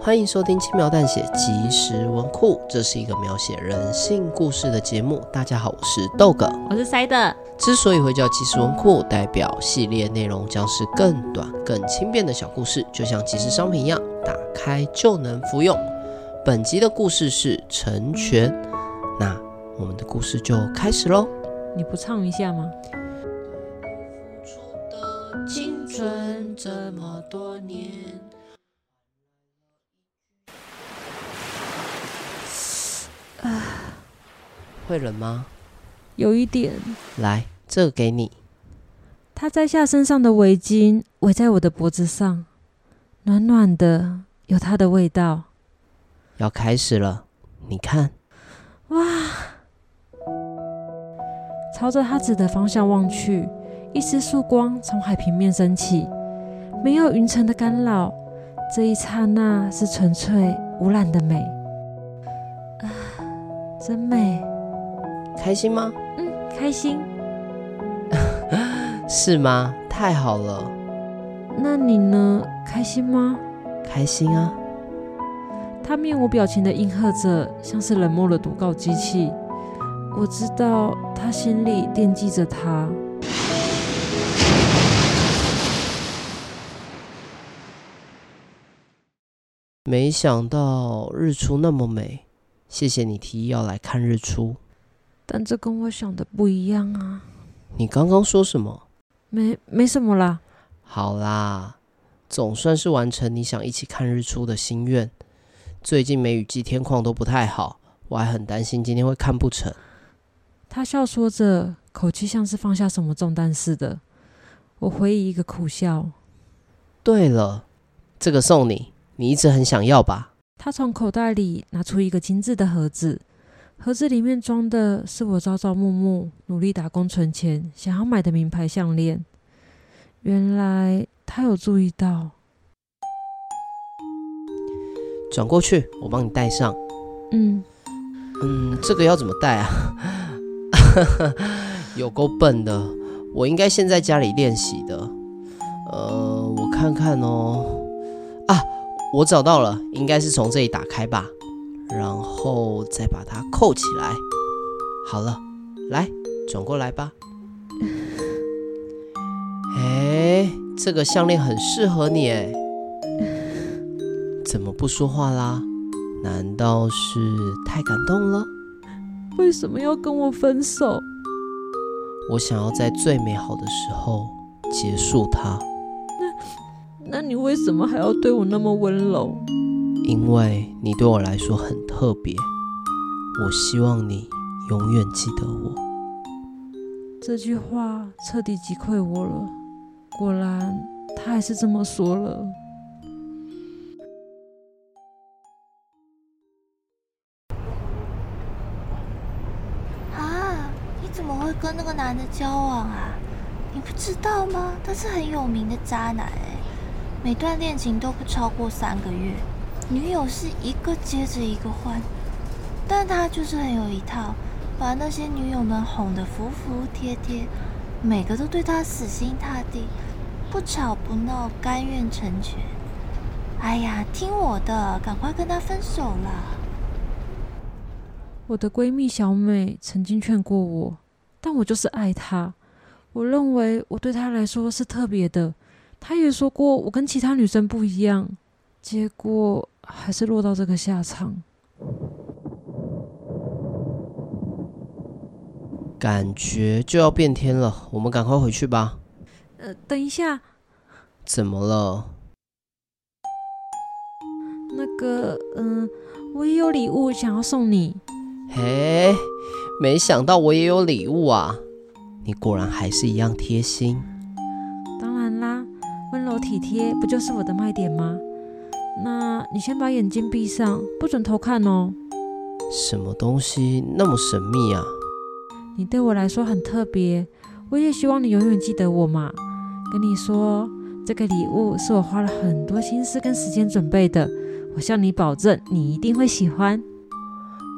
欢迎收听《轻描淡写即时文库》，这是一个描写人性故事的节目。大家好，我是豆哥。我是塞的，之所以会叫即时文库，代表系列内容将是更短、更轻便的小故事，就像即时商品一样，打开就能服用。本集的故事是成全，那我们的故事就开始喽。你不唱一下吗？青春这么多年。会冷吗？有一点，来，这个给你。他摘下身上的围巾，围在我的脖子上，暖暖的，有它的味道。要开始了，你看，朝着他指的方向望去，一丝曙光从海平面升起，没有云层的干扰，这一刹那是纯粹无染的美。啊，真美！开心吗？嗯，开心。是吗？太好了，那你呢？开心吗？开心啊！他面无表情地应和着，像是冷漠的读稿机器。我知道他心里惦记着他。没想到日出那么美，谢谢你提议要来看日出。但这跟我想的不一样啊。你刚刚说什么？没没什么啦，好啦，总算是完成你想一起看日出的心愿。最近梅雨季天况都不太好，我还很担心今天会看不成。他笑说着，口气像是放下什么重担似的。我回以一个苦笑。对了，这个送你，你一直很想要吧？他从口袋里拿出一个精致的盒子，盒子里面装的是我朝朝暮暮努力打工存钱想要买的名牌项链。原来他有注意到，转过去，我帮你戴上。嗯，嗯，这个要怎么戴啊？ 有够笨的，我应该先在家里练习的。呃，我看看哦。啊，我找到了，应该是从这里打开吧，然后再把它扣起来。好了，来，转过来吧。 哎，这个项链很适合你哎。怎么不说话啦？难道是太感动了？为什么要跟我分手？我想要在最美好的时候结束它，那你为什么还要对我那么温柔？因为你对我来说很特别。我希望你永远记得我。这句话彻底击溃我了。果然，他还是这么说了。啊，你怎么会跟那个男的交往啊？你不知道吗？他是很有名的渣男哎、每段恋情都不超过三个月，女友是一个接着一个换，但他就是很有一套，把那些女友们哄得服服帖帖，每个都对他死心塌地，不吵不闹，甘愿成全。哎呀，听我的，赶快跟他分手啦！我的闺蜜小美曾经劝过我，但我就是爱她。我认为我对她来说是特别的。她也说过我跟其他女生不一样，结果还是落到这个下场。感觉就要变天了，我们赶快回去吧。呃，等一下，怎么了？那个，嗯、我也有礼物想要送你。嘿，没想到我也有礼物啊！你果然还是一样贴心。当然啦，温柔体贴不就是我的卖点吗？那你先把眼睛闭上，不准偷看哦。什么东西那么神秘啊？你对我来说很特别，我也希望你永远记得我嘛。跟你说，这个礼物是我花了很多心思跟时间准备的，我向你保证，你一定会喜欢。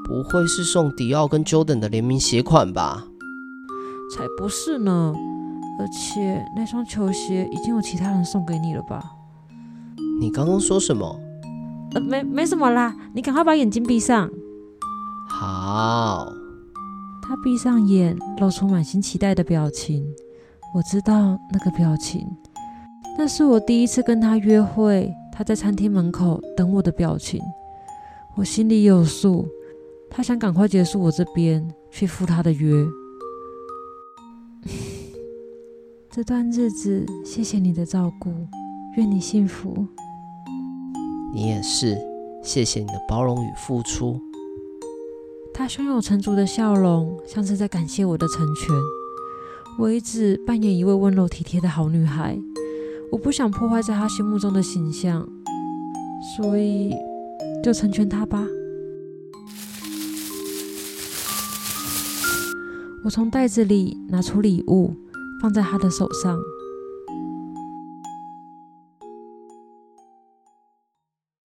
不会是送迪奥跟 Jordan 的联名鞋款吧？才不是呢！而且那双球鞋已经有其他人送给你了吧？你刚刚说什么？呃，没没什么啦，你赶快把眼睛闭上。好，他闭上眼，露出满心期待的表情。我知道那个表情，那是我第一次跟他约会，他在餐厅门口等我的表情。我心里有数，他想赶快结束我这边，去赴他的约。 这段日子，谢谢你的照顾，愿你幸福。你也是，谢谢你的包容与付出。他胸有成竹的笑容，像是在感谢我的成全。我一直扮演一位温柔体贴的好女孩，我不想破坏在他心目中的形象，所以就成全他吧。我从袋子里拿出礼物，放在他的手上。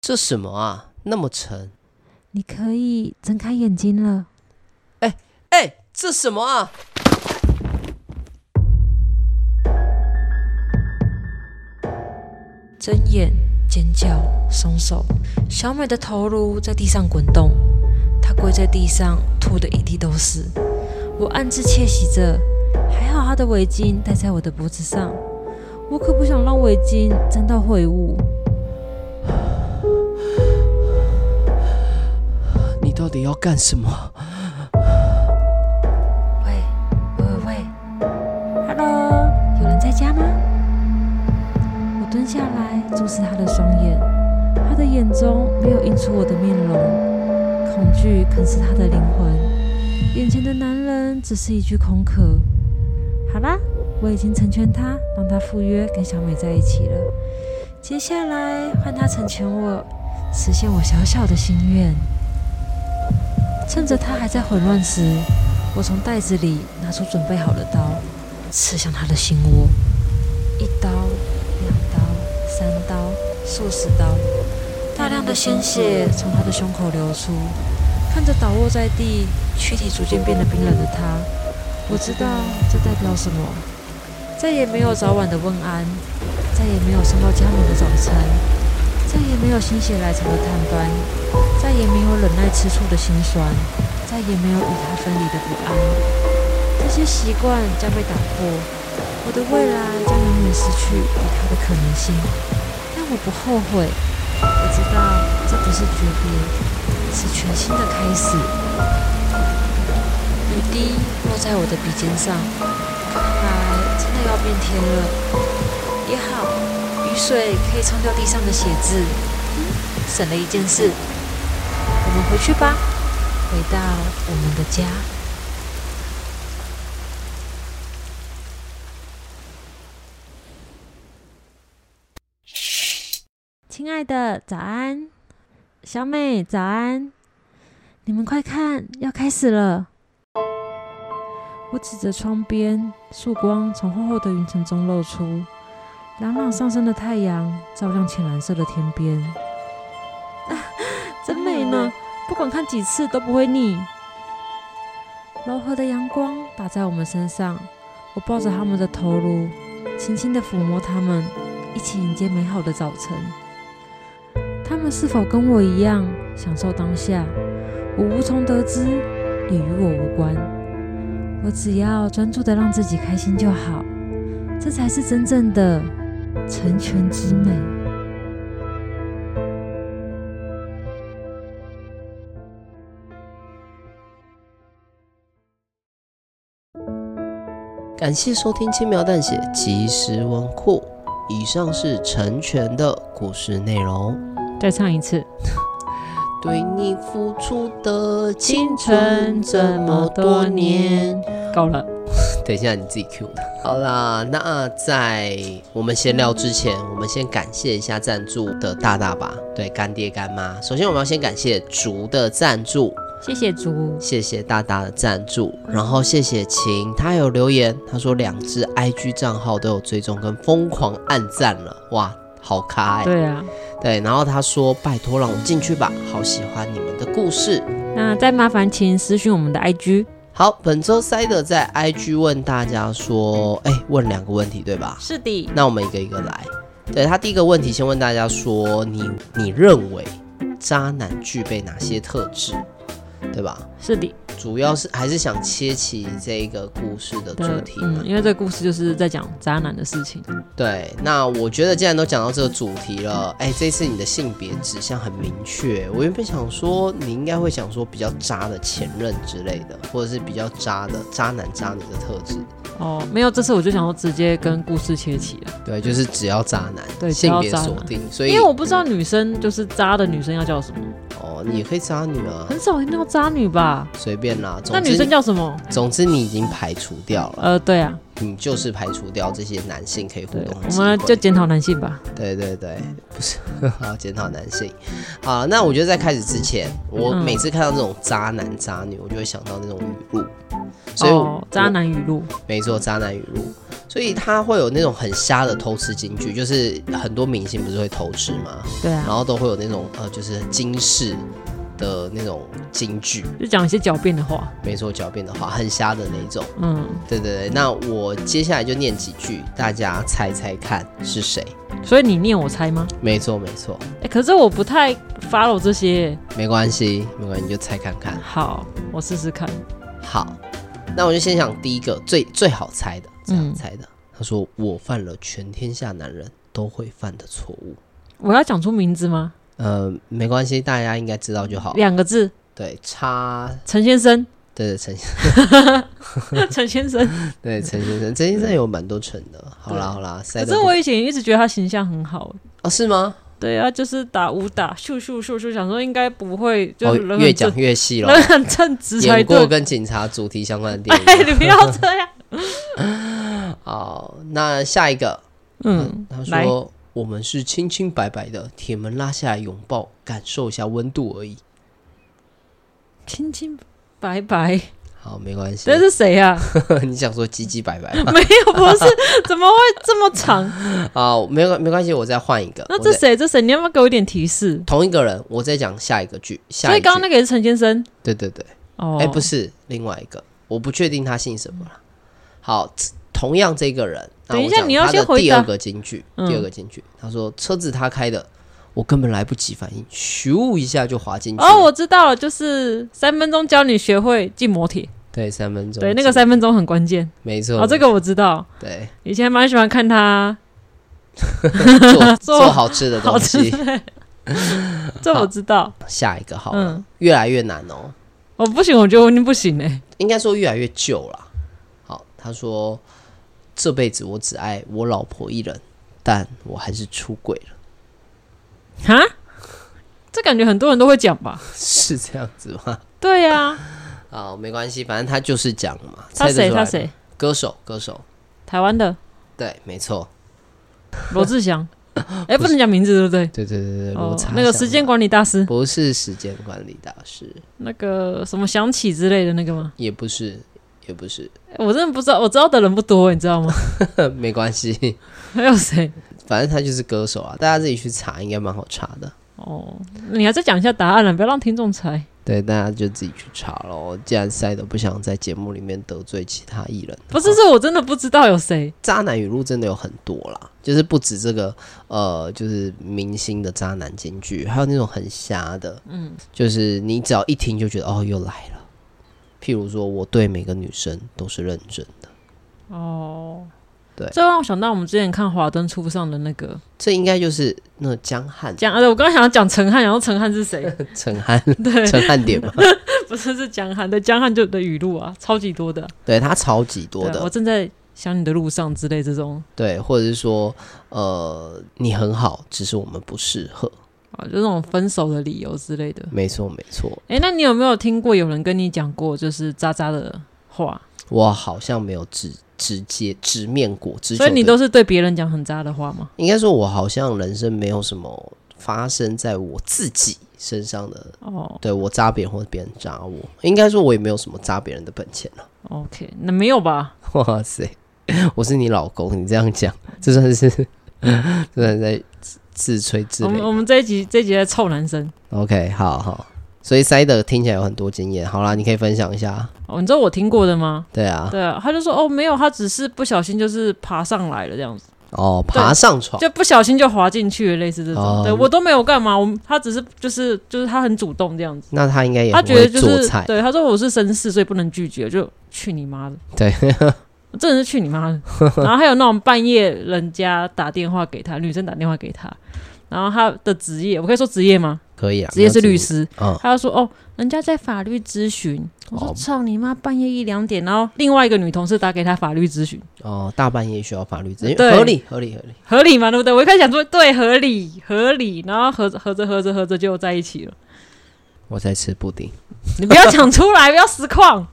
这什么啊？那么沉？你可以睁开眼睛了。哎，这什么啊？睁眼、尖叫、松手，小美的头颅在地上滚动，她跪在地上，吐的一地都是。我暗自窃喜着，还好她的围巾戴在我的脖子上，我可不想让围巾沾到秽物。你到底要干什么？喂喂喂喂，Hello，有人在家吗？我蹲下来注视他的双眼，他的眼中没有映出我的面容，恐惧啃食他的灵魂。眼前的男人只是一具空壳。好啦，我已经成全他，让他赴约跟小美在一起了。接下来换他成全我，实现我小小的心愿。趁着他还在混乱时，我从袋子里拿出准备好的刀，刺向他的心窝。一刀、两刀、三刀、数十刀，大量的鲜血从他的胸口流出。看着倒卧在地、躯体逐渐变得冰冷的他，我知道这代表什么。再也没有早晚的问安，再也没有送到家门的早餐，再也没有心血来潮的探班，再也没有忍耐吃醋的心酸。再也没有与他分离的不安。这些习惯将被打破，我的未来将永远失去与他的可能性。但我不后悔，我知道这不是诀别，是全新的开始。雨滴落在我的鼻尖上，看来真的要变天了。也好，雨水可以冲掉地上的血渍，嗯，省了一件事。我们回去吧。回到我们的家。亲爱的，早安，小美，早安，你们快看，要开始了！我指着窗边，曙光从厚厚的云层中露出，朗朗上升的太阳照亮浅蓝色的天边，啊真美呢！不管看几次都不会腻。柔和的阳光打在我们身上，我抱着他们的头颅，轻轻地抚摸他们，一起迎接美好的早晨。他们是否跟我一样享受当下？我无从得知，也与我无关。我只要专注地让自己开心就好，这才是真正的成全之美。感谢收听《轻描淡写即时文库》，以上是成全的故事内容。再唱一次。对你付出的青春这么多年，够了。等一下，你自己 Q 的。好啦，那在我们闲聊之前，我们先感谢一下赞助的大大吧，对，干爹干妈。首先，我们要先感谢竹的赞助，谢谢竹，谢谢大大的赞助，然后谢谢晴，她有留言，她说两只 IG 账号都有追踪跟疯狂按赞了，哇，好咖哎、对啊，对，然后她说拜托让我进去吧，好喜欢你们的故事。那再麻烦请私讯我们的 IG，好，本周塞德在 IG 问大家说，哎，问两个问题对吧？是的，那我们一个一个来。对他第一个问题，先问大家说，你你认为渣男具备哪些特质，对吧？是的，主要是还是想切起这个故事的主题嘛嗯，。因为这个故事就是在讲渣男的事情，对，那我觉得既然都讲到这个主题了，哎，这次你的性别指向很明确。我原本想说，你应该会想说比较渣的前任之类的，或者是比较渣的渣男渣女的特质。哦，没有，这次我就想要直接跟故事切起了，对，就是只要渣男，对只性要别渣锁男定，所因以为我不知道女生就是渣的女生要叫什么，哦，你也可以渣女啊，很少听到渣女吧？随便啦。总那之女生叫什么？总之你已经排除掉了，呃，对啊，你就是排除掉这些男性可以互对，动的我机们就会。检讨男性吧。对对对，不是 好检讨男性。好，那我觉得在开始之前，我嗯每次看到这种渣男渣女，我就会想到那种语录，所以我、哦，渣男语录，没错，渣男语录。所以他会有那种很瞎的偷吃金句，就是很多明星不是会偷吃吗？对然啊，后都会有那种呃，就是金饰的那种金句，就讲一些狡辩的话，没错，狡辩的话，很瞎的那种。嗯，对对对，那我接下来就念几句，大家猜猜看是谁？所以你念我猜吗？没错没错，哎，可是我不太 follow 这些。没关系，没关系，你就猜看看。好，我试试看。好，那我就先想第一个最最好猜的，最好嗯猜的。他说我犯了全天下男人都会犯的错误。我要讲出名字吗？呃，没关系，大家应该知道就好。两个字，对，差陈先生，对对陈先 陈先生。对陈先生， 陈先生有蛮多陈的。好啦对好啦，塞可的是我以前一直觉得他形象很好。哦是吗？对啊，就是打武打，咻咻咻咻，想说应该不会，就哦是人越很讲正，越细 了。人很正直才演过对。跟警察主题相关的电影。 哎，你不要这 样。好，那下一个，嗯，他来，说我们是清清白白的，铁门拉下来拥抱，感受一下温度而已。清清白白，好，没关系这。是谁啊？ 你想说唧唧白白 吗？没有，不是，怎么会这么 长？好，没有没关系，我再换一个。那我这再谁？这谁？你要不要给我一点提示？同一个人，我再讲下一个剧。下所一以个刚刚那个也是陈先生对对对，哦哎、，不，是另外一个，我不确定他姓什么了。好，这同样这个人，那等一我下讲你要他先的回第二答个金句，嗯第二个金句，他说车子他开的，我根本来不及反应，咻一下就滑进去了。哦，我知道了，就是三分钟教你学会进摩铁，对，三分钟。对，那个三，分钟很关键。没错。哦，这个我知道，对，以前蛮喜欢看他， 做做做好吃的东好吃西。， 这我知道。下一个好了，嗯，越来越难哦，我不行，我觉得我已经不行哎。应该说越来越旧了。好，他说这辈子我只爱我老婆一人，但我还是出轨了， 哈，这感觉很多人都会讲吧？是这样子吗？对呀，啊，没关系，反正他就是讲了嘛。他猜得出谁？来吗？他谁？歌手，歌手，台湾的对，没错，罗 志祥。哎，不能讲名字，对不对？对对对对，我哦查，那个一下时间管理大师，不是时间管理大师，那个什么响起之类的那个吗？也不是，也不是， 哎我真的不知道，我知道的人不多，你知 道吗？没关系，还有谁？反正他就是歌手啊，大家自己去查，应该蛮好查的。哦，你还是讲一下答案了，啊不要让听众猜。对，大家就自己去查咯。既然塞德不想在节目里面得罪其他艺人，不是，是我真的不知道有谁。渣男语录真的有很多啦，就是不止这个，呃，就是明星的渣男金句，还有那种很瞎的，嗯，就是你只要一听就觉得哦，又来了。譬如说，我对每个女生都是认真的，哦，对这让我想到我们之前看《华灯初上》的那个这应该就是那江汉、江，呃，我刚刚想要讲陈汉，然后陈汉 是谁？陈 汉、对，陈汉典嘛，不是是江汉，对，江汉就的语录啊，超级多的。对他超级多对的我，正在想你的路上之类这种，对，或者是说，呃，你很好，只是我们不适合，啊，就那种分手的理由之类的。没错没错，哎，那你有没有听过有人跟你讲过就是渣渣的话？我好像没有直直接直面过，直所以球你的都是对别人讲很渣的话吗？应该说，我好像人生没有什么发生在我自己身上的，哦对我扎别人或者别人扎我，应该说我也没有什么扎别人的本钱了。 ，OK，那没有吧？ 哇塞，我是你老公，你这样讲，这算是 这算是在自自吹自我们擂。我们这一集这一集在臭男生 OK，好好，所以塞德听起来有很多经验。好啦，你可以分享一下。哦，你知道我听过的吗？对啊，对啊，他就说哦没有，他只是不小心就是爬上来了这样子，哦，爬上床，就不小心就滑进去了，类似这种。哦对我都没有干嘛，我们他只是就是就是他很主动这样子，那他应该也他很觉得会就做是菜。对他说我是绅士，所以不能拒绝，就去你妈的。对，我 真的是去你 妈的！然后还有那种半夜人家打电话给他，女生打电话给他，然后他的职业，我可以说职业吗？可以啊，职业是律那师，嗯，他就说哦，人家在法律咨询。我说哦操你妈，半夜一两点，然后另外一个女同事打给他法律咨询，哦，大半夜需要法律咨询，对合理，合理，合理。合理吗？对不对？我一开始想说对，合理合理，然后合着合着合着合着就在一起了。我在吃布丁。你不要讲出来，不要实况。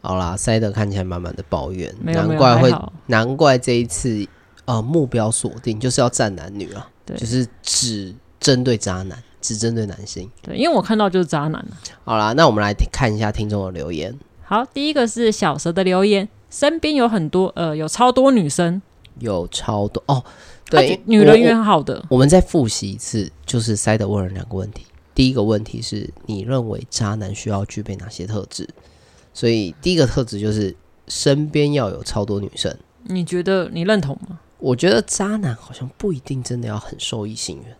好啦，塞德看起来满满的抱怨，没嗯有没难有，怪还会，好。难怪这一次呃目标锁定就是要站男女啊，对就是只针对渣男，只针对男性。对，因为我看到就是渣男了。好啦，那我们来听看一下听众的留言。好，第一个是小蛇的留言，身边有很多呃，有超多女生，有超多哦，她对觉，啊女我人缘好的我。我们再复习一次，就是塞德问了两个问题。第一个问题是你认为渣男需要具备哪些特质？所以第一个特质就是身边要有超多女生。你觉得你认同吗？我觉得渣男好像不一定真的要很受异性缘，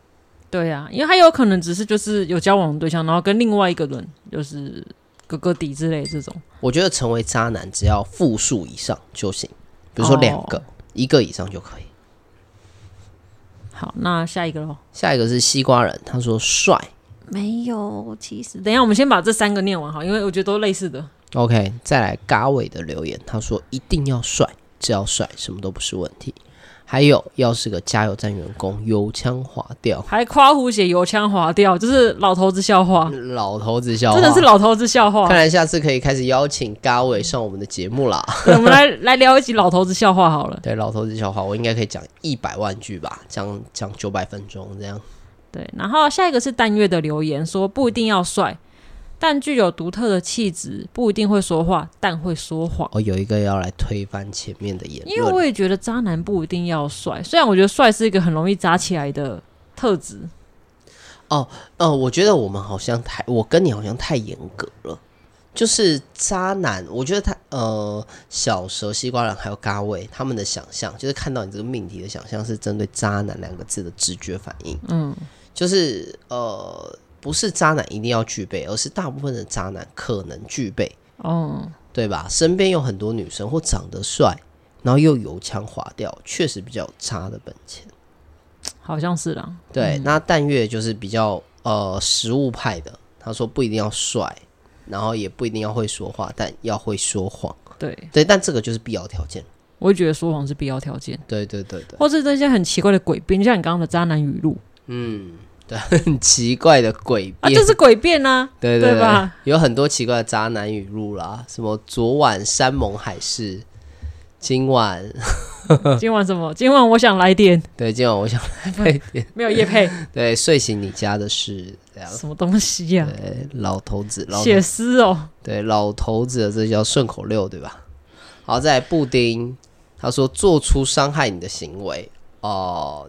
对呀、因为他有可能只是就是有交往的对象，然后跟另外一个人就是哥哥弟之类这种。我觉得成为渣男只要复数以上就行，比如说两个、哦一个以上就可以。好，那下一个喽。下一个是西瓜人，他说帅没有，其实等一下，我们先把这三个念完好，因为我觉得都类似的。 ，OK，再来嘎伟的留言，他说一定要帅，只要帅什么都不是问题。还有要是个加油站员工，油腔滑调，还夸胡写油腔滑调，就是老头子笑话，老头子笑话，真的是。老头子笑 话看。来下次可以开始邀请嘎伟上我们的节目啦。对，我们来来聊一集老头子笑话好了。对，老头子笑话，我应该可以讲一百万句吧，讲讲九百分钟这样。对，然后下一个是淡月的留言说不一定要帅，但具有独特的气质，不一定会说话，但会说谎。哦，有一个要来推翻前面的言因为论我，也觉得渣男不一定要帅，虽然我觉得帅是一个很容易渣起来的特质。呃，我觉得我们好像太，我跟你好像太严格了。就是渣男，我觉得他呃，小蛇、西瓜人还有嘎位，他们的想象就是看到你这个命题的想象是针对“渣男”两个字的直觉反应，嗯，就是呃，不是渣男一定要具备，而是大部分的渣男可能具备，哦，对吧？身边有很多女生或长得帅，然后又油腔滑调，确实比较有渣的本钱。好像是啦。对，那但月就是比较呃实物派的，他说不一定要帅，然后也不一定要会说话，但要会说谎。对，对，但这个就是必要条件。我也觉得说谎是必要条件，对对对对，或是那些很奇怪的诡辩，就像你刚刚的渣男语录嗯，对，很奇怪的诡啊，辩，就是诡辩啊。对对对吧有很多奇怪的渣男语录啦，什么昨晚山盟海誓，今晚嗯今晚什么？今晚我想来点对今晚我想来一点，没有 叶配，对，睡醒你家的事这样。什么东西呀、对，老头子， 老头写诗哦，对，老头子的这叫顺口溜，对吧？好，再来布丁，他说做出伤害你的行为，哦、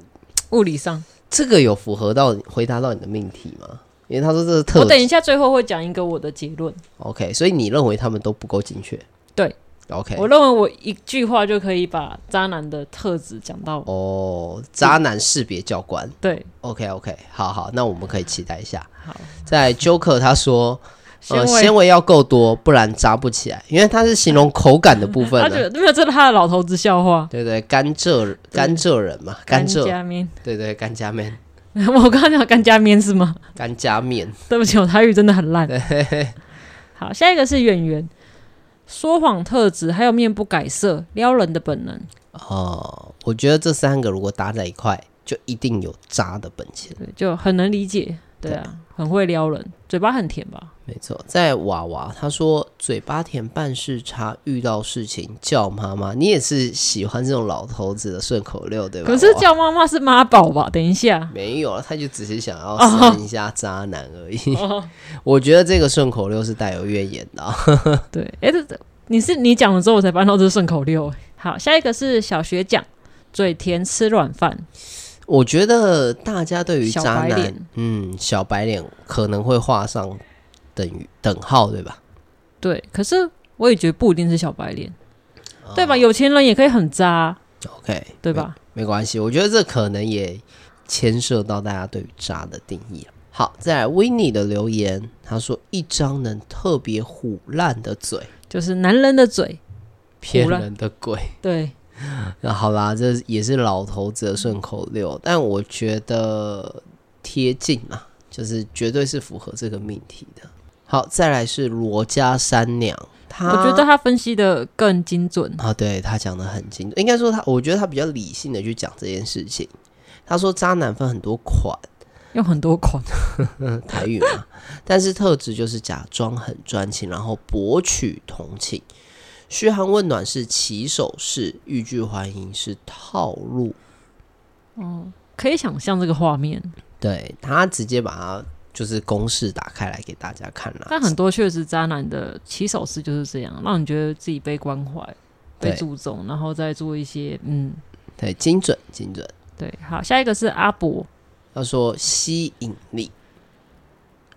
物理上。这个有符合到回答到你的命题吗？因为他说这是特我等一下最后会讲一个我的结论。 ，OK，所以你认为他们都不够精确？对，OK，我认为我一句话就可以把渣男的特质讲到。哦，渣男识别教官对， ，OK OK，好好，那我们可以期待一下。好，再来 Joker 他说，纤呃，维纤。维要够多，不然扎不起来，因为他是形容口感的部分他呢觉。得没有，这是他的老头子笑话。对对，甘蔗甘蔗人嘛，甘蔗加面，对对，干加面， 我刚刚讲干加面是吗？ 干加面，对不起，我台语真的 很烂。好，下一个是演员，说谎特质，还有面不改色、撩人的本能。哦，我觉得这三个如果搭在一块，就一定有渣的本钱。对，就很能理解。对啊，很会撩人，嘴巴很甜吧？没错，在娃娃他说嘴巴甜办事差，遇到事情叫妈妈。你也是喜欢这种老头子的顺口溜对吧？可是娃叫妈妈是妈宝吧？等一下，没有了，他就只是想要扇一下渣男而已。哦， 我觉得这个顺口溜是带有怨言的啊、对，哎、这这你是你讲了之后我才搬到这是顺口溜。好，下一个是小学讲，嘴甜吃软饭，我觉得大家对于小渣白男脸，嗯，小白脸可能会画上等于等号，对吧？对，可是我也觉得不一定是小白脸，对吧？啊有钱人也可以很渣啊， ？OK，对吧？没关系，我觉得这可能也牵涉到大家对于渣的定义了好，再来 w i n n i 的留言，他说一张能特别虎烂的嘴，就是男人的嘴，骗烂人的鬼。 对，那好啦，这也是老头子的顺口溜，但我觉得贴近啦，就是绝对是符合这个命题的。好，再来是罗家三娘，她我觉得他分析的更精准。啊，对他讲的很清楚，应该说他，我觉得他比较理性的去讲这件事情。他说渣男分很多款，用很多款，嗯，台语嘛， 但是特质就是假装很专情，然后博取同情。嘘寒问暖是起手式，欲拒还迎是套路。可以想象这个画面，对他直接把它就是公式打开来给大家看啦。但很多确实渣男的起手式就是这样，让你觉得自己被关怀、被对注重，然后再做一些嗯，对精准精准。对。好，下一个是阿伯，他说吸引力，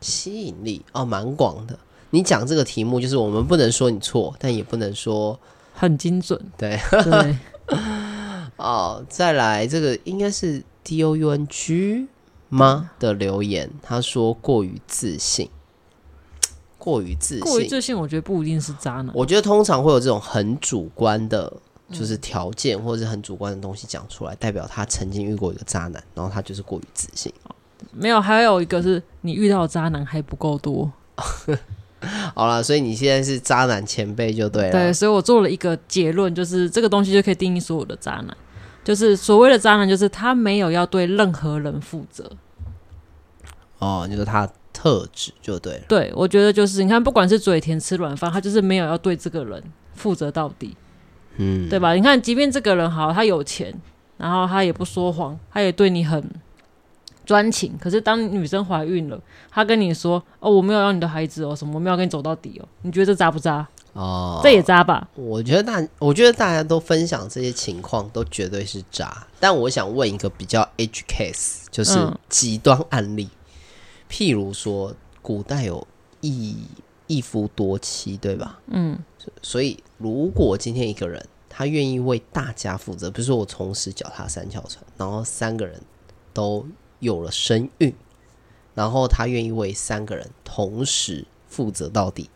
吸引力哦，蛮广的。你讲这个题目，就是我们不能说你错，但也不能说很精准， 对对，哦。再来，这个应该是 D O U N G 吗的留言，他说过于自信，过于自过于信。自信，我觉得不一定是渣男，我觉得通常会有这种很主观的，就是条件或者是很主观的东西讲出来，代表他曾经遇过一个渣男，然后他就是过于自信。没有。还有一个是你遇到的渣男还不够多，好啦，所以你现在是渣男前辈就对了。嗯啊对，所以我做了一个结论，就是这个东西就可以定义所有的渣男，就是所谓的渣男，就是他没有要对任何人负责。哦，你说他的特质就对了。对，我觉得就是你看，不管是嘴甜吃软饭，他就是没有要对这个人负责到底，嗯，对吧？你看，即便这个人好，他有钱，然后他也不说谎，他也对你很专情。可是当女生怀孕了，他跟你说：“哦，我没有要你的孩子哦，什么我没有跟你走到底哦。”你觉得这渣不渣？哦，这也渣吧？我觉得大，我觉得大家都分享这些情况，都绝对是渣。但我想问一个比较 H case，就是嗯极端案例，譬如说古代有一一夫多妻，对吧？嗯，所以如果今天一个人他愿意为大家负责，比如说我从此脚踏三条船，然后三个人都有了身孕，然后他愿意为三个人同时负责到底，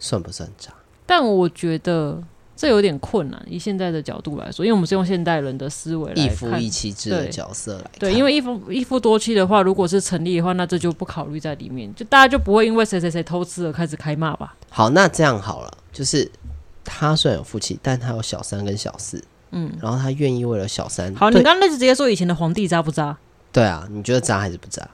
算不算渣？但我觉得这有点困难。以现在的角度来说，因为我们是用现代人的思维来一夫看一妻制的对角色来看，对，因为一夫一夫多妻的话，如果是成立的话，那这就不考虑在里面，就大家就不会因为谁谁谁偷吃而开始开骂吧？好，那这样好了，就是他虽然有夫妻，但他有小三跟小四，嗯，然后他愿意为了小三，好，你对刚刚就直接说以前的皇帝渣不渣？对啊，你觉得渣还是不渣？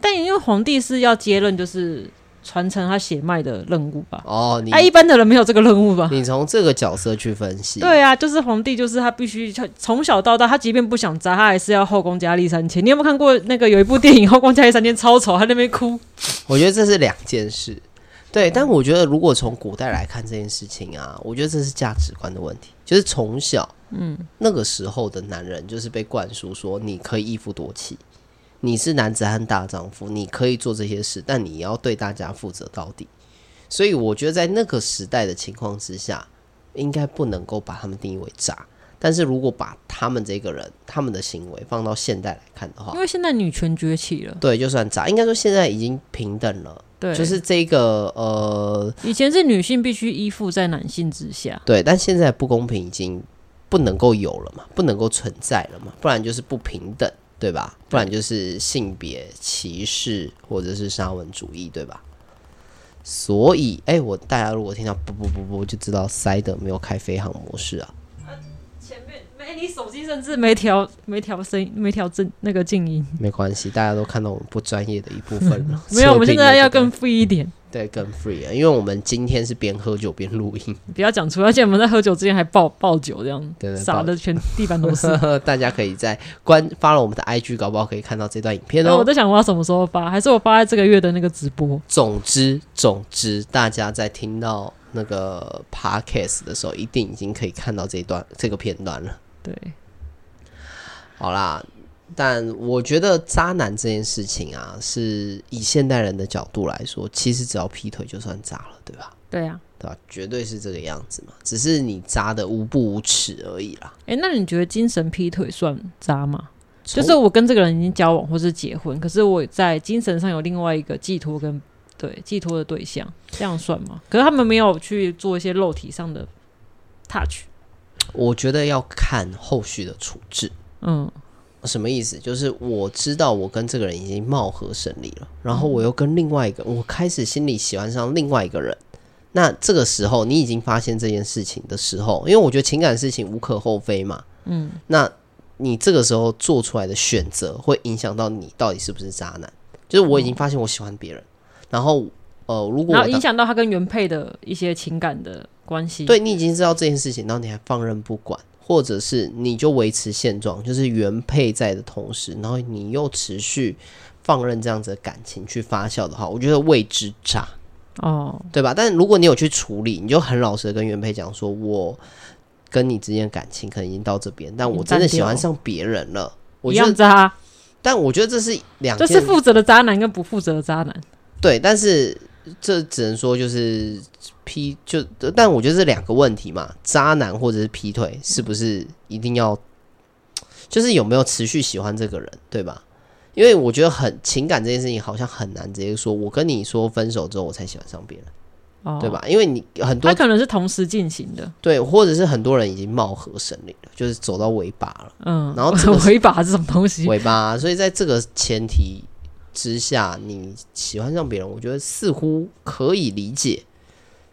但因为皇帝是要接任，就是传承他血脉的任务吧？哦，你、啊，一般的人没有这个任务吧？你从这个角色去分析，对啊，就是皇帝，就是他必须他从小到大，他即便不想渣，他还是要后宫佳丽三千。你有没有看过那个有一部电影《后宫佳丽三千》超丑，他在那边哭，我觉得这是两件事。对，但我觉得如果从古代来看这件事情啊，我觉得这是价值观的问题，就是从小，嗯，那个时候的男人就是被灌输说你可以一夫多妻，你是男子汉大丈夫，你可以做这些事，但你要对大家负责到底。所以我觉得在那个时代的情况之下，应该不能够把他们定义为渣。但是如果把他们这个人、他们的行为放到现代来看的话因，为现在女权崛起了，对，就算渣，应该说现在已经平等了。对，就是这个呃，以前是女性必须依附在男性之下。对，但现在不公平已经不能够有了嘛，不能够存在了嘛，不然就是不平等，对吧？不然就是性别歧视或者是沙文主义，对吧？所以，哎、我大家如果听到不不不不，就知道塞德没有开飞行模式啊。前面没，你手机甚至没调没调声音，没调正那个静音。没关系，大家都看到我们不专业的一部分了 。没有，我们设定现在了要这个更富一点，对更 free 啊，因为我们今天是边喝酒边录 音，不要讲出来。而且我们在喝酒之前还爆爆酒，这样对对洒的全地板都是。 大家可以在关发了我们的 IG，搞不好可以看到这段影片然哎后我哦。在想，我要什么时候发？还是我发在这个月的那个直播？总之，总之，大家在听到那个 podcast 的时候，一定已经可以看到这一段这个片段了。对，好啦，但我觉得渣男这件事情啊，是以现代人的角度来说，其实只要劈腿就算渣了，对吧？对啊。对吧？绝对是这个样子嘛，只是你渣的无不无耻而已啦。哎、那你觉得精神劈腿算渣吗？就从是我跟这个人已经交往或是结婚，可是我在精神上有另外一个寄托跟对寄托的对象，这样算吗？可是他们没有去做一些肉体上的 touch。我觉得要看后续的处置。嗯，什么意思？就是我知道我跟这个人已经貌合神离了，然后我又跟另外一个，我开始心里喜欢上另外一个人。那这个时候你已经发现这件事情的时候，因为我觉得情感事情无可厚非嘛，嗯，那你这个时候做出来的选择会影响到你到底是不是渣男。就是我已经发现我喜欢别人，然后呃，如果然我后影当响到他跟原配的一些情感的关系。对你已经知道这件事情，然后你还放任不管，或者是你就维持现状，就是原配在的同时，然后你又持续放任这样子的感情去发酵的话，我觉得未知渣，哦，对吧？但如果你有去处理，你就很老实的跟原配讲说，我跟你之间的感情可能已经到这边，但我真的喜欢上别人了。我一觉样得，渣，但我觉得这是两就件是负责的渣男跟不负责的渣男。对，但是这只能说就是劈就，但我觉得这两个问题嘛，渣男或者是劈腿，是不是一定要，就是有没有持续喜欢这个人，对吧？因为我觉得很情感这件事情好像很难直接说，我跟你说分手之后我才喜欢上别人，哦，对？吧？因为你很多他可能是同时进行的。对，或者是很多人已经貌合神离了，就是走到尾巴了。嗯，然后这个是尾巴这种东西，尾巴，啊所以在这个前提之下，你喜欢上别人，我觉得似乎可以理解，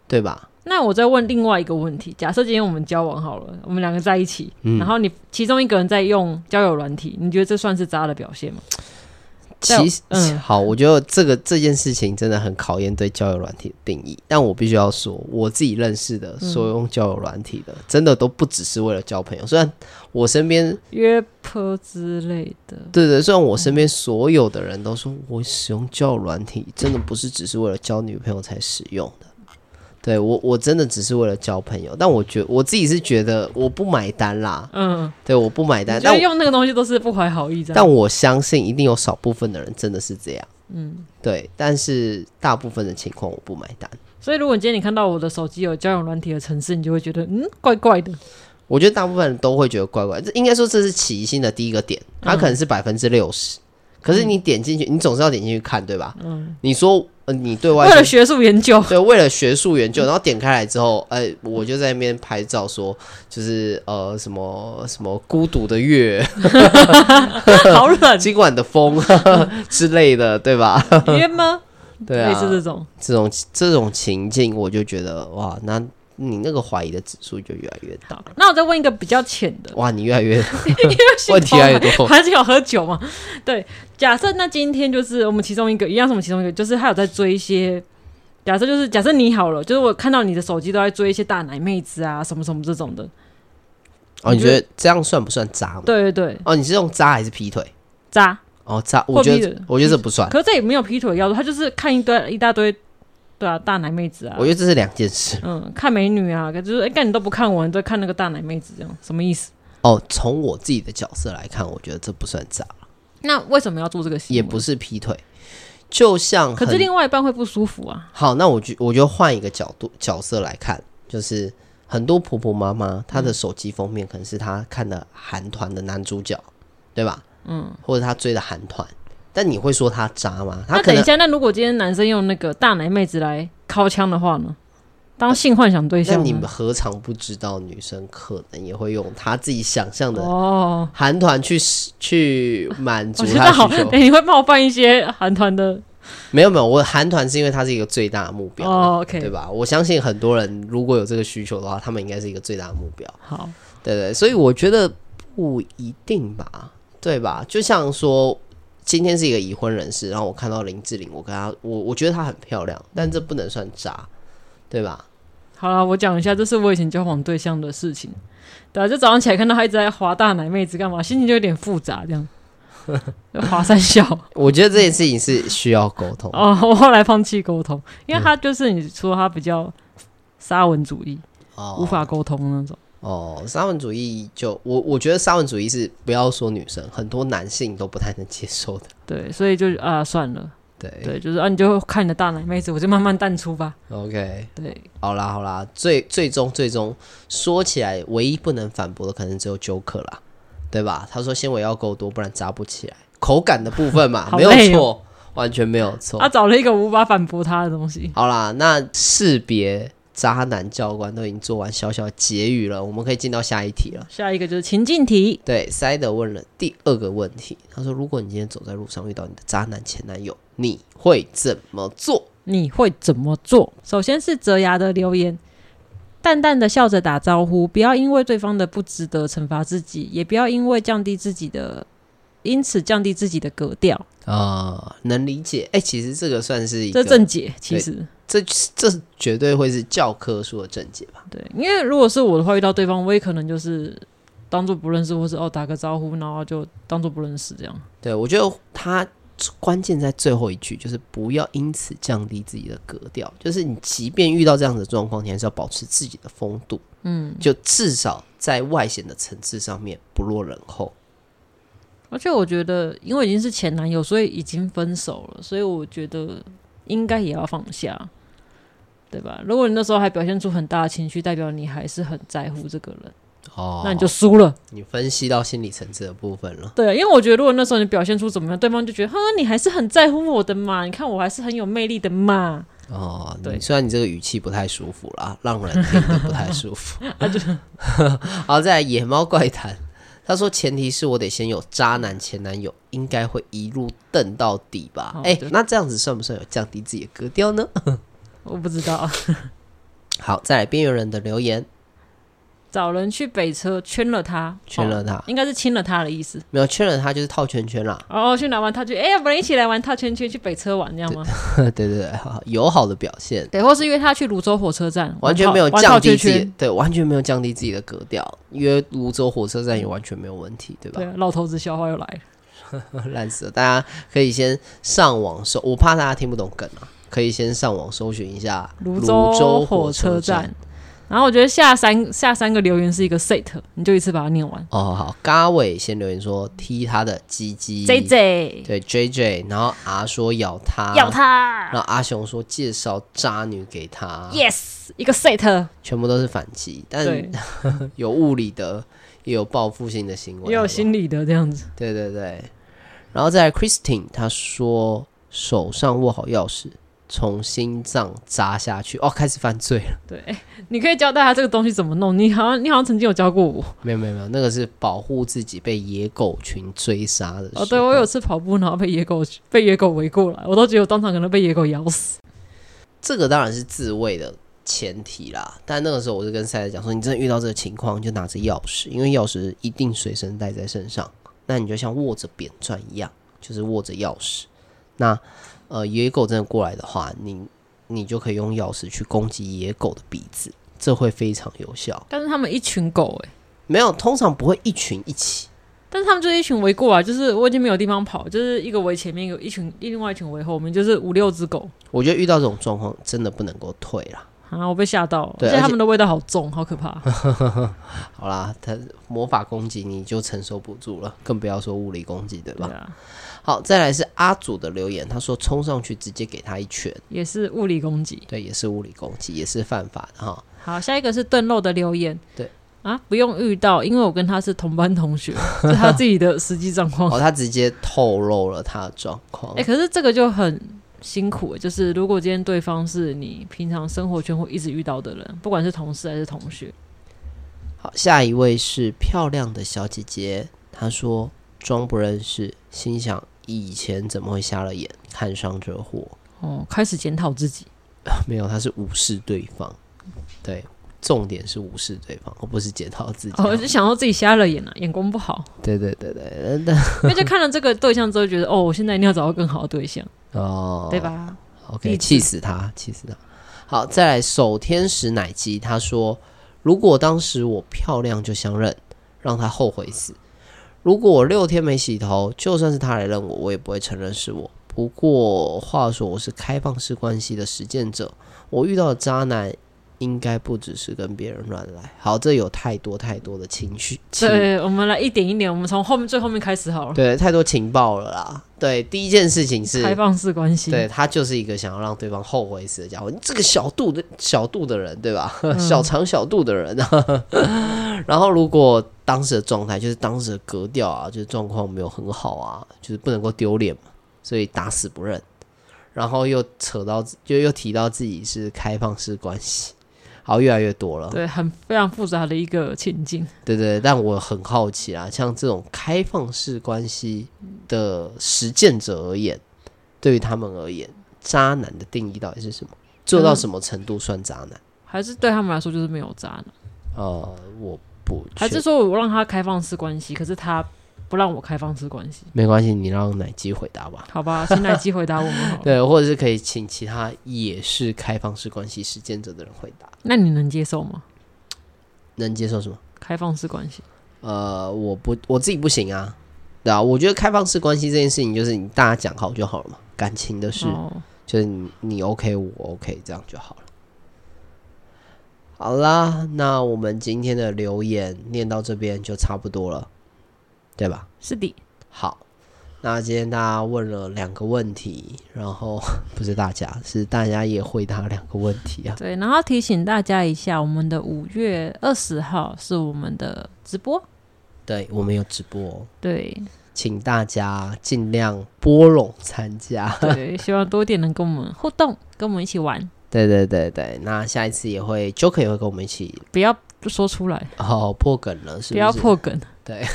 对吧？那我再问另外一个问题：假设今天我们交往好了，我们两个在一起，嗯然后你其中一个人在用交友软体，你觉得这算是渣的表现吗？在其实、嗯好，我觉得这个这件事情真的很考验对交友软体的定义。但我必须要说，我自己认识的所有用交友软体的，真的都不只是为了交朋友。虽然我身边，约炮之类的，对对，虽然我身边所有的人都说我使用交友软体，真的不是只是为了交女朋友才使用的。对我，我真的只是为了交朋友。但我觉我自己是觉得我不买单啦，嗯，对，我不买你单。觉但得哎我用那个东西都是不怀好意这样？但我相信一定有少部分的人真的是这样。嗯，对，但是大部分的情况我不买单。所以如果今天你看到我的手机有交友软体的城市，你就会觉得嗯，怪怪的。我觉得大部分人都会觉得怪怪，这应该说这是起疑心的第一个点，它可能是百分之六十，可是你点进去，你总是要点进去看，对吧？嗯，你说、呃、你对外为了说学术研究， 对为了学术研究，然后点开来之后，哎、我就在那边拍照说，就是呃什么什么孤独的月， 好冷，今晚的风 之类的，对吧？约吗？对啊，类似这种。这种这种情境，我就觉得哇，那你那个怀疑的指数就越来越大。好那我再问一个比较浅的，哇，你越来 越问题越来越多。还是有喝酒嘛？对，假设那今天就是我们其中一个，一样是我们其中一个，就是他有在追一些，假设就是假设你好了，就是我看到你的手机都在追一些大奶妹子啊，什么什么这种的。哦，你你觉觉得得这样算不算渣吗？对对对，哦，你是用渣还是劈腿？渣。哦，渣，或我觉劈得腿我觉得这不 算，可是这也没有劈腿的要素，他就是看一堆一大堆，对啊，大奶妹子啊我，觉得这是两件事。嗯，看美女啊，就是哎，干、你都不看我，你都看那个大奶妹子，这样什么意思？哦，从我自己的角色来看，我觉得这不算渣，那为什么要做这个行为？也不，是劈腿。就像可很是另外一半会不舒服啊。好，那我就我就换一个角度角色来看，就是很多婆婆妈妈她的嗯手机封面可能是她看的韩团的男主角，对吧？嗯，或者她追的韩团，但你会说她渣吗？她那可等一能下，那如果今天男生用那个大奶妹子来敲枪的话呢？当性幻想对那象呢？你们何尝不知道女生可能也会用她自己想象的哦，韩团去使去满足我知她道，的需求哎、？你会冒犯一些韩团的没有没有，我韩团是因为它是一个最大的目标嘛，哦，OK，对吧？我相信很多人如果有这个需求的话，他们应该是一个最大的目标。好，对对，所以我觉得不一定吧，对吧？就像说，今天是一个已婚人士，然后我看到林志玲，我跟她，我我觉得她很漂亮，但这不能算渣，对吧？好啦，我讲一下，这是我以前交往对象的事情。对啊，就早上起来看到他一直在滑大奶妹子干嘛，心情就有点复杂，这样就滑三笑。我觉得这件事情是需要沟通。哦，我后来放弃沟通，因为嗯他就是你说他比较沙文主义，哦无法沟通那种。哦，沙文主义就我我觉得沙文主义是不要说女生，很多男性都不太能接受的。对，所以就啊算了，对对，就是啊你就看你的大奶妹子，我就慢慢淡出吧。 o k 对，好啦好啦，最最终最终说起来，唯一不能反驳的可能只有 Joker 啦，对吧？他说纤维要够多，不然扎不起来。口感的部分嘛， 好没累哦啊有错，完全没有错。他找了一个无法反驳他的东西。好啦，那识别渣男教官都已经做完小小的结语了，我们可以进到下一题了。下一个就是情境题，对，塞德问了第二个问题，他说：“如果你今天走在路上遇到你的渣男前男友，你会怎么做你会怎么做？首先是泽牙的留言，淡淡的笑着打招呼，不要因为对方的不值得惩罚自己，也不要因为降低自己的，因此降低自己的格调。？”啊、能理解。哎、其实这个算是一这个正解其实这这绝对会是教科书的正解吧？对，因为如果是我的话，遇到对方，我也可能就是当做不认识，或是哦打个招呼，然后就当做不认识这样。对，我觉得他关键在最后一句，就是不要因此降低自己的格调。就是你即便遇到这样的状况，你还是要保持自己的风度，嗯，就至少在外显的层次上面不落人后。而且我觉得，因为已经是前男友，所以已经分手了，所以我觉得应该也要放下，对吧？如果你那时候还表现出很大的情绪，代表你还是很在乎这个人，哦那你就输了。你分析到心理层次的部分了。对，因为我觉得如果那时候你表现出怎么样，对方就觉得，哼，你还是很在乎我的嘛，你看我还是很有魅力的嘛，哦，对你虽然你这个语气不太舒服啦，让人听得不太舒 服。 好，再来野猫怪谈。他说：“前提是我得先有渣男前男友，应该会一路瞪到底吧好？哎、哦对那这样子算不算有降低自己的格调呢？”我不知道。啊好，再来边缘人的留言， 找人去北车圈了他，圈哦了他，应该是亲了他的意思。没有圈了他就是套圈圈啦。然后去哪玩套圈？哎、要不然一起来玩套圈圈，去北车玩，这样吗？对对对，好友好的表现，对，或是约他去泸州火车站，完全没有玩套降低自圈己圈，对，完全没有降低自己的格调。约泸州火车站也完全没有问题，对吧？啊对，啊老头子笑话又来了。烂死了！大家可以先上网搜，我怕大家听不懂梗啊，可以先上网搜寻一下泸州火车站。。然后我觉得下三下三个留言是一个 set，你就一次把它念完。哦，好，嘎伟先留言说踢他的鸡鸡 J J 对 J J，然后 R 说咬他，要，他然后阿雄说介绍渣女给他，Yes，一个 set，全部都是反击，但对， 有物理的，也有报复性的行为，也有好不好心理的这样子。对对对，然后再来 Christine，她说手上握好钥匙，从心脏扎下去，哦，开始犯罪了。对，哎你可以教大家这个东西怎么弄。你好像你好像曾经有教过我没有没有没有，那个是保护自己被野狗群追杀的时候。哦，对我有次跑步，然后被野狗被野狗围过来，我都觉得我当场可能被野狗咬死。这个当然是自卫的前提啦，但那个时候我就跟赛德讲说，你真的遇到这个情况，就拿着钥匙，因为钥匙一定随身带在身上，那你就像握着扁钻一样，就是握着钥匙。那呃，野狗真的过来的话，你你就可以用钥匙去攻击野狗的鼻子，这会非常有效。但是他们一群狗哎、没有，通常不会一群一起。但是他们就是一群围过来，就是我已经没有地方跑，就是一个围前面，有一群另外一群围后面，就是五六只狗。我觉得遇到这种状况，真的不能够退啦。啊！我被吓到了，对而且而且啊他们的味道好重，好可怕。好啦，他魔法攻击你就承受不住了，更不要说物理攻击，对对吧？啊，好，再来是阿祖的留言，他说冲上去直接给他一拳，也是物理攻击。对，也是物理攻击，也是犯法的哈。好，下一个是邓漏的留言。对啊，不用遇到，因为我跟他是同班 同学，是他自己的实际状况。哦，他直接透露了他的状况哎、，可是这个就很辛苦，就是如果今天对方是你平常生活圈会一直遇到的人，不管是同事还是同学，好，下一位是漂亮的小姐姐，她说装不认识，心想以前怎么会瞎了眼，看上这货？ 哦，开始检讨自己。没有，他是无视对方，对，重点是无视对方，而不是检讨自己。啊哦，我就想到自己瞎了眼了、眼光 不好，对对对对，那因为就看了这个对象之后，觉得哦，我现在一定要找到更好的对象，哦，对吧？ ？OK，励志气死他，气死他。好，再来守天使奶鸡，他说：“如果当时我漂亮就相认，让他后悔死；如果我六天没洗头，就算是他来认我，我也不会承认是我。不过话说，我是开放式关系的实践者，我遇到的渣男。”应该不只是跟别人乱来，好，这有太多太多的情绪，情对，我们来一点一点，我们从后面最后面开始好了。对，太多情报了啦。对，第一件事情是开放式关系，对他就是一个想要让对方后悔死的家伙，你这个小肚的小肚的人，对吧？小肠小肚的人 啊。然后，如果当时的状态就是当时的格调啊，就是状况没有很好啊，就是不能够丢脸嘛，所以打死不认。然后又扯到，就又提到自己是开放式关系，好，越来越多了。对，很非常复杂的一个情境。对对，但我很好奇啊，像这种开放式关系的实践者而言，对于他们而言，渣男的定义到底是什么？做到什么程度算渣男？还是对他们来说就是没有渣男，呃，我不确，还是说我让他开放式关系，可是他不让我开放式关系？没关系，你让奶鸡回答吧。好吧，请奶鸡回答我们好了。 对，或者是可以请其他也是开放式关系实践者的人回答，那你能接受吗？能接受什么？开放式关系，呃，我不，我自己不行啊，对啊，我觉得开放式关系这件事情，就是你大家讲好就好了嘛，感情的事。哦，就是你你 OK 我 OK 这样就好了。好啦，那我们今天的留言念到这边就差不多了，对吧？是的，好，那今天大家问了两个问题，然后不是大家，是大家也回答两个问题啊。对。然后提醒大家一下，我们的五月二十号是我们的直播，对我们有直播哦，对请大家尽量拨拢参加。 对，希望多一点能跟我们互动，跟我们一起玩，对对对对，那下一次也会 Joker 也会跟我们一起不要说出来，哦破梗了，是不是？不要破梗。对，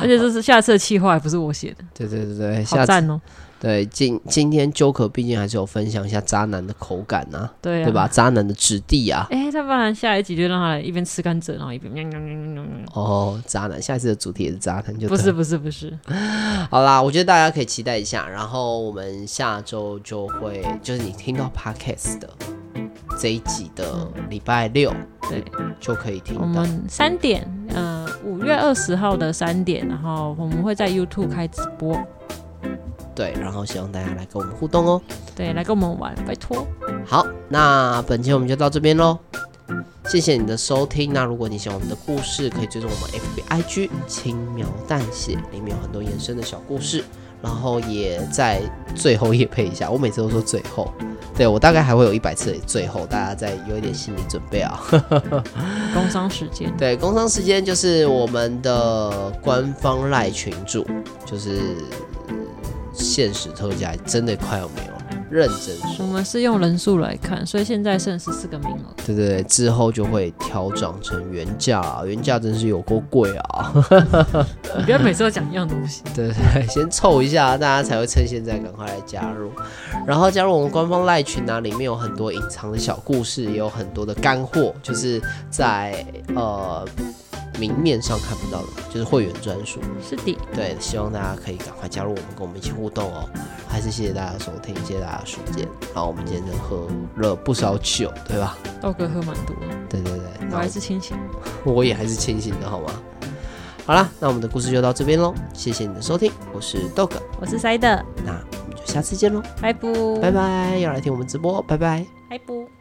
而且这是下次的企划，也不是我写的，对对对对，好下次赞哦、对，今今天 Joker 毕竟还是有分享一下渣男的口感呐、对啊，对吧？？渣男的质地啊。哎、要不然下一集就让他来一边吃甘蔗，然后一边喵喵喵喵喵喵。哦，渣男，下一次的主题也是渣男，就不对是不是不是，好啦，我觉得大家可以期待一下，然后我们下周就会，就是你听到 Podcast 的这一集的礼拜六对，就可以听我到。们三点，呃，五月二十号的三点，然后我们会在 YouTube 开直播，对，然后希望大家来跟我们互动哦。对，来跟我们玩，拜托，好，那本期我们就到这边喽。谢谢你的收听。那如果你喜欢我们的故事，可以追踪我们 FB IG 轻描淡写，里面有很多延伸的小故事。然后也在最后也配一下，我每次都说最后，对我大概还会有一百次的最后，大家再有一点心理准备啊。 工商时间，对，工商时间就是我们的官方赖群主，就是呃限时特价，真的快要没有了，认真说我。们是用人数来看，所以现在剩十四个名 额，对对对，之后就会调整成原价啊，原价真是有够贵啊！ 你不要每次都讲一样东西，对对对，先凑一下，大家才会趁现在赶快来加入。然后加入我们官方赖群啊，里面有很多隐藏的小故事，也有很多的干货，就是在呃明面上看不到的，就是会员专属。是的，对，希望大家可以赶快加入我们，跟我们一起互动哦。还是谢谢大家的收听，谢谢大家的时间。然后我们今天真的喝了不少酒，对吧？豆哥喝蛮多的，对对对，我那我还是清醒，我也还是清醒的，好吗？好啦，那我们的故事就到这边喽，谢谢你的收听，我是豆哥，我是塞的，那我们就下次见喽，拜不，拜拜，要来听我们直播，拜拜。拜不。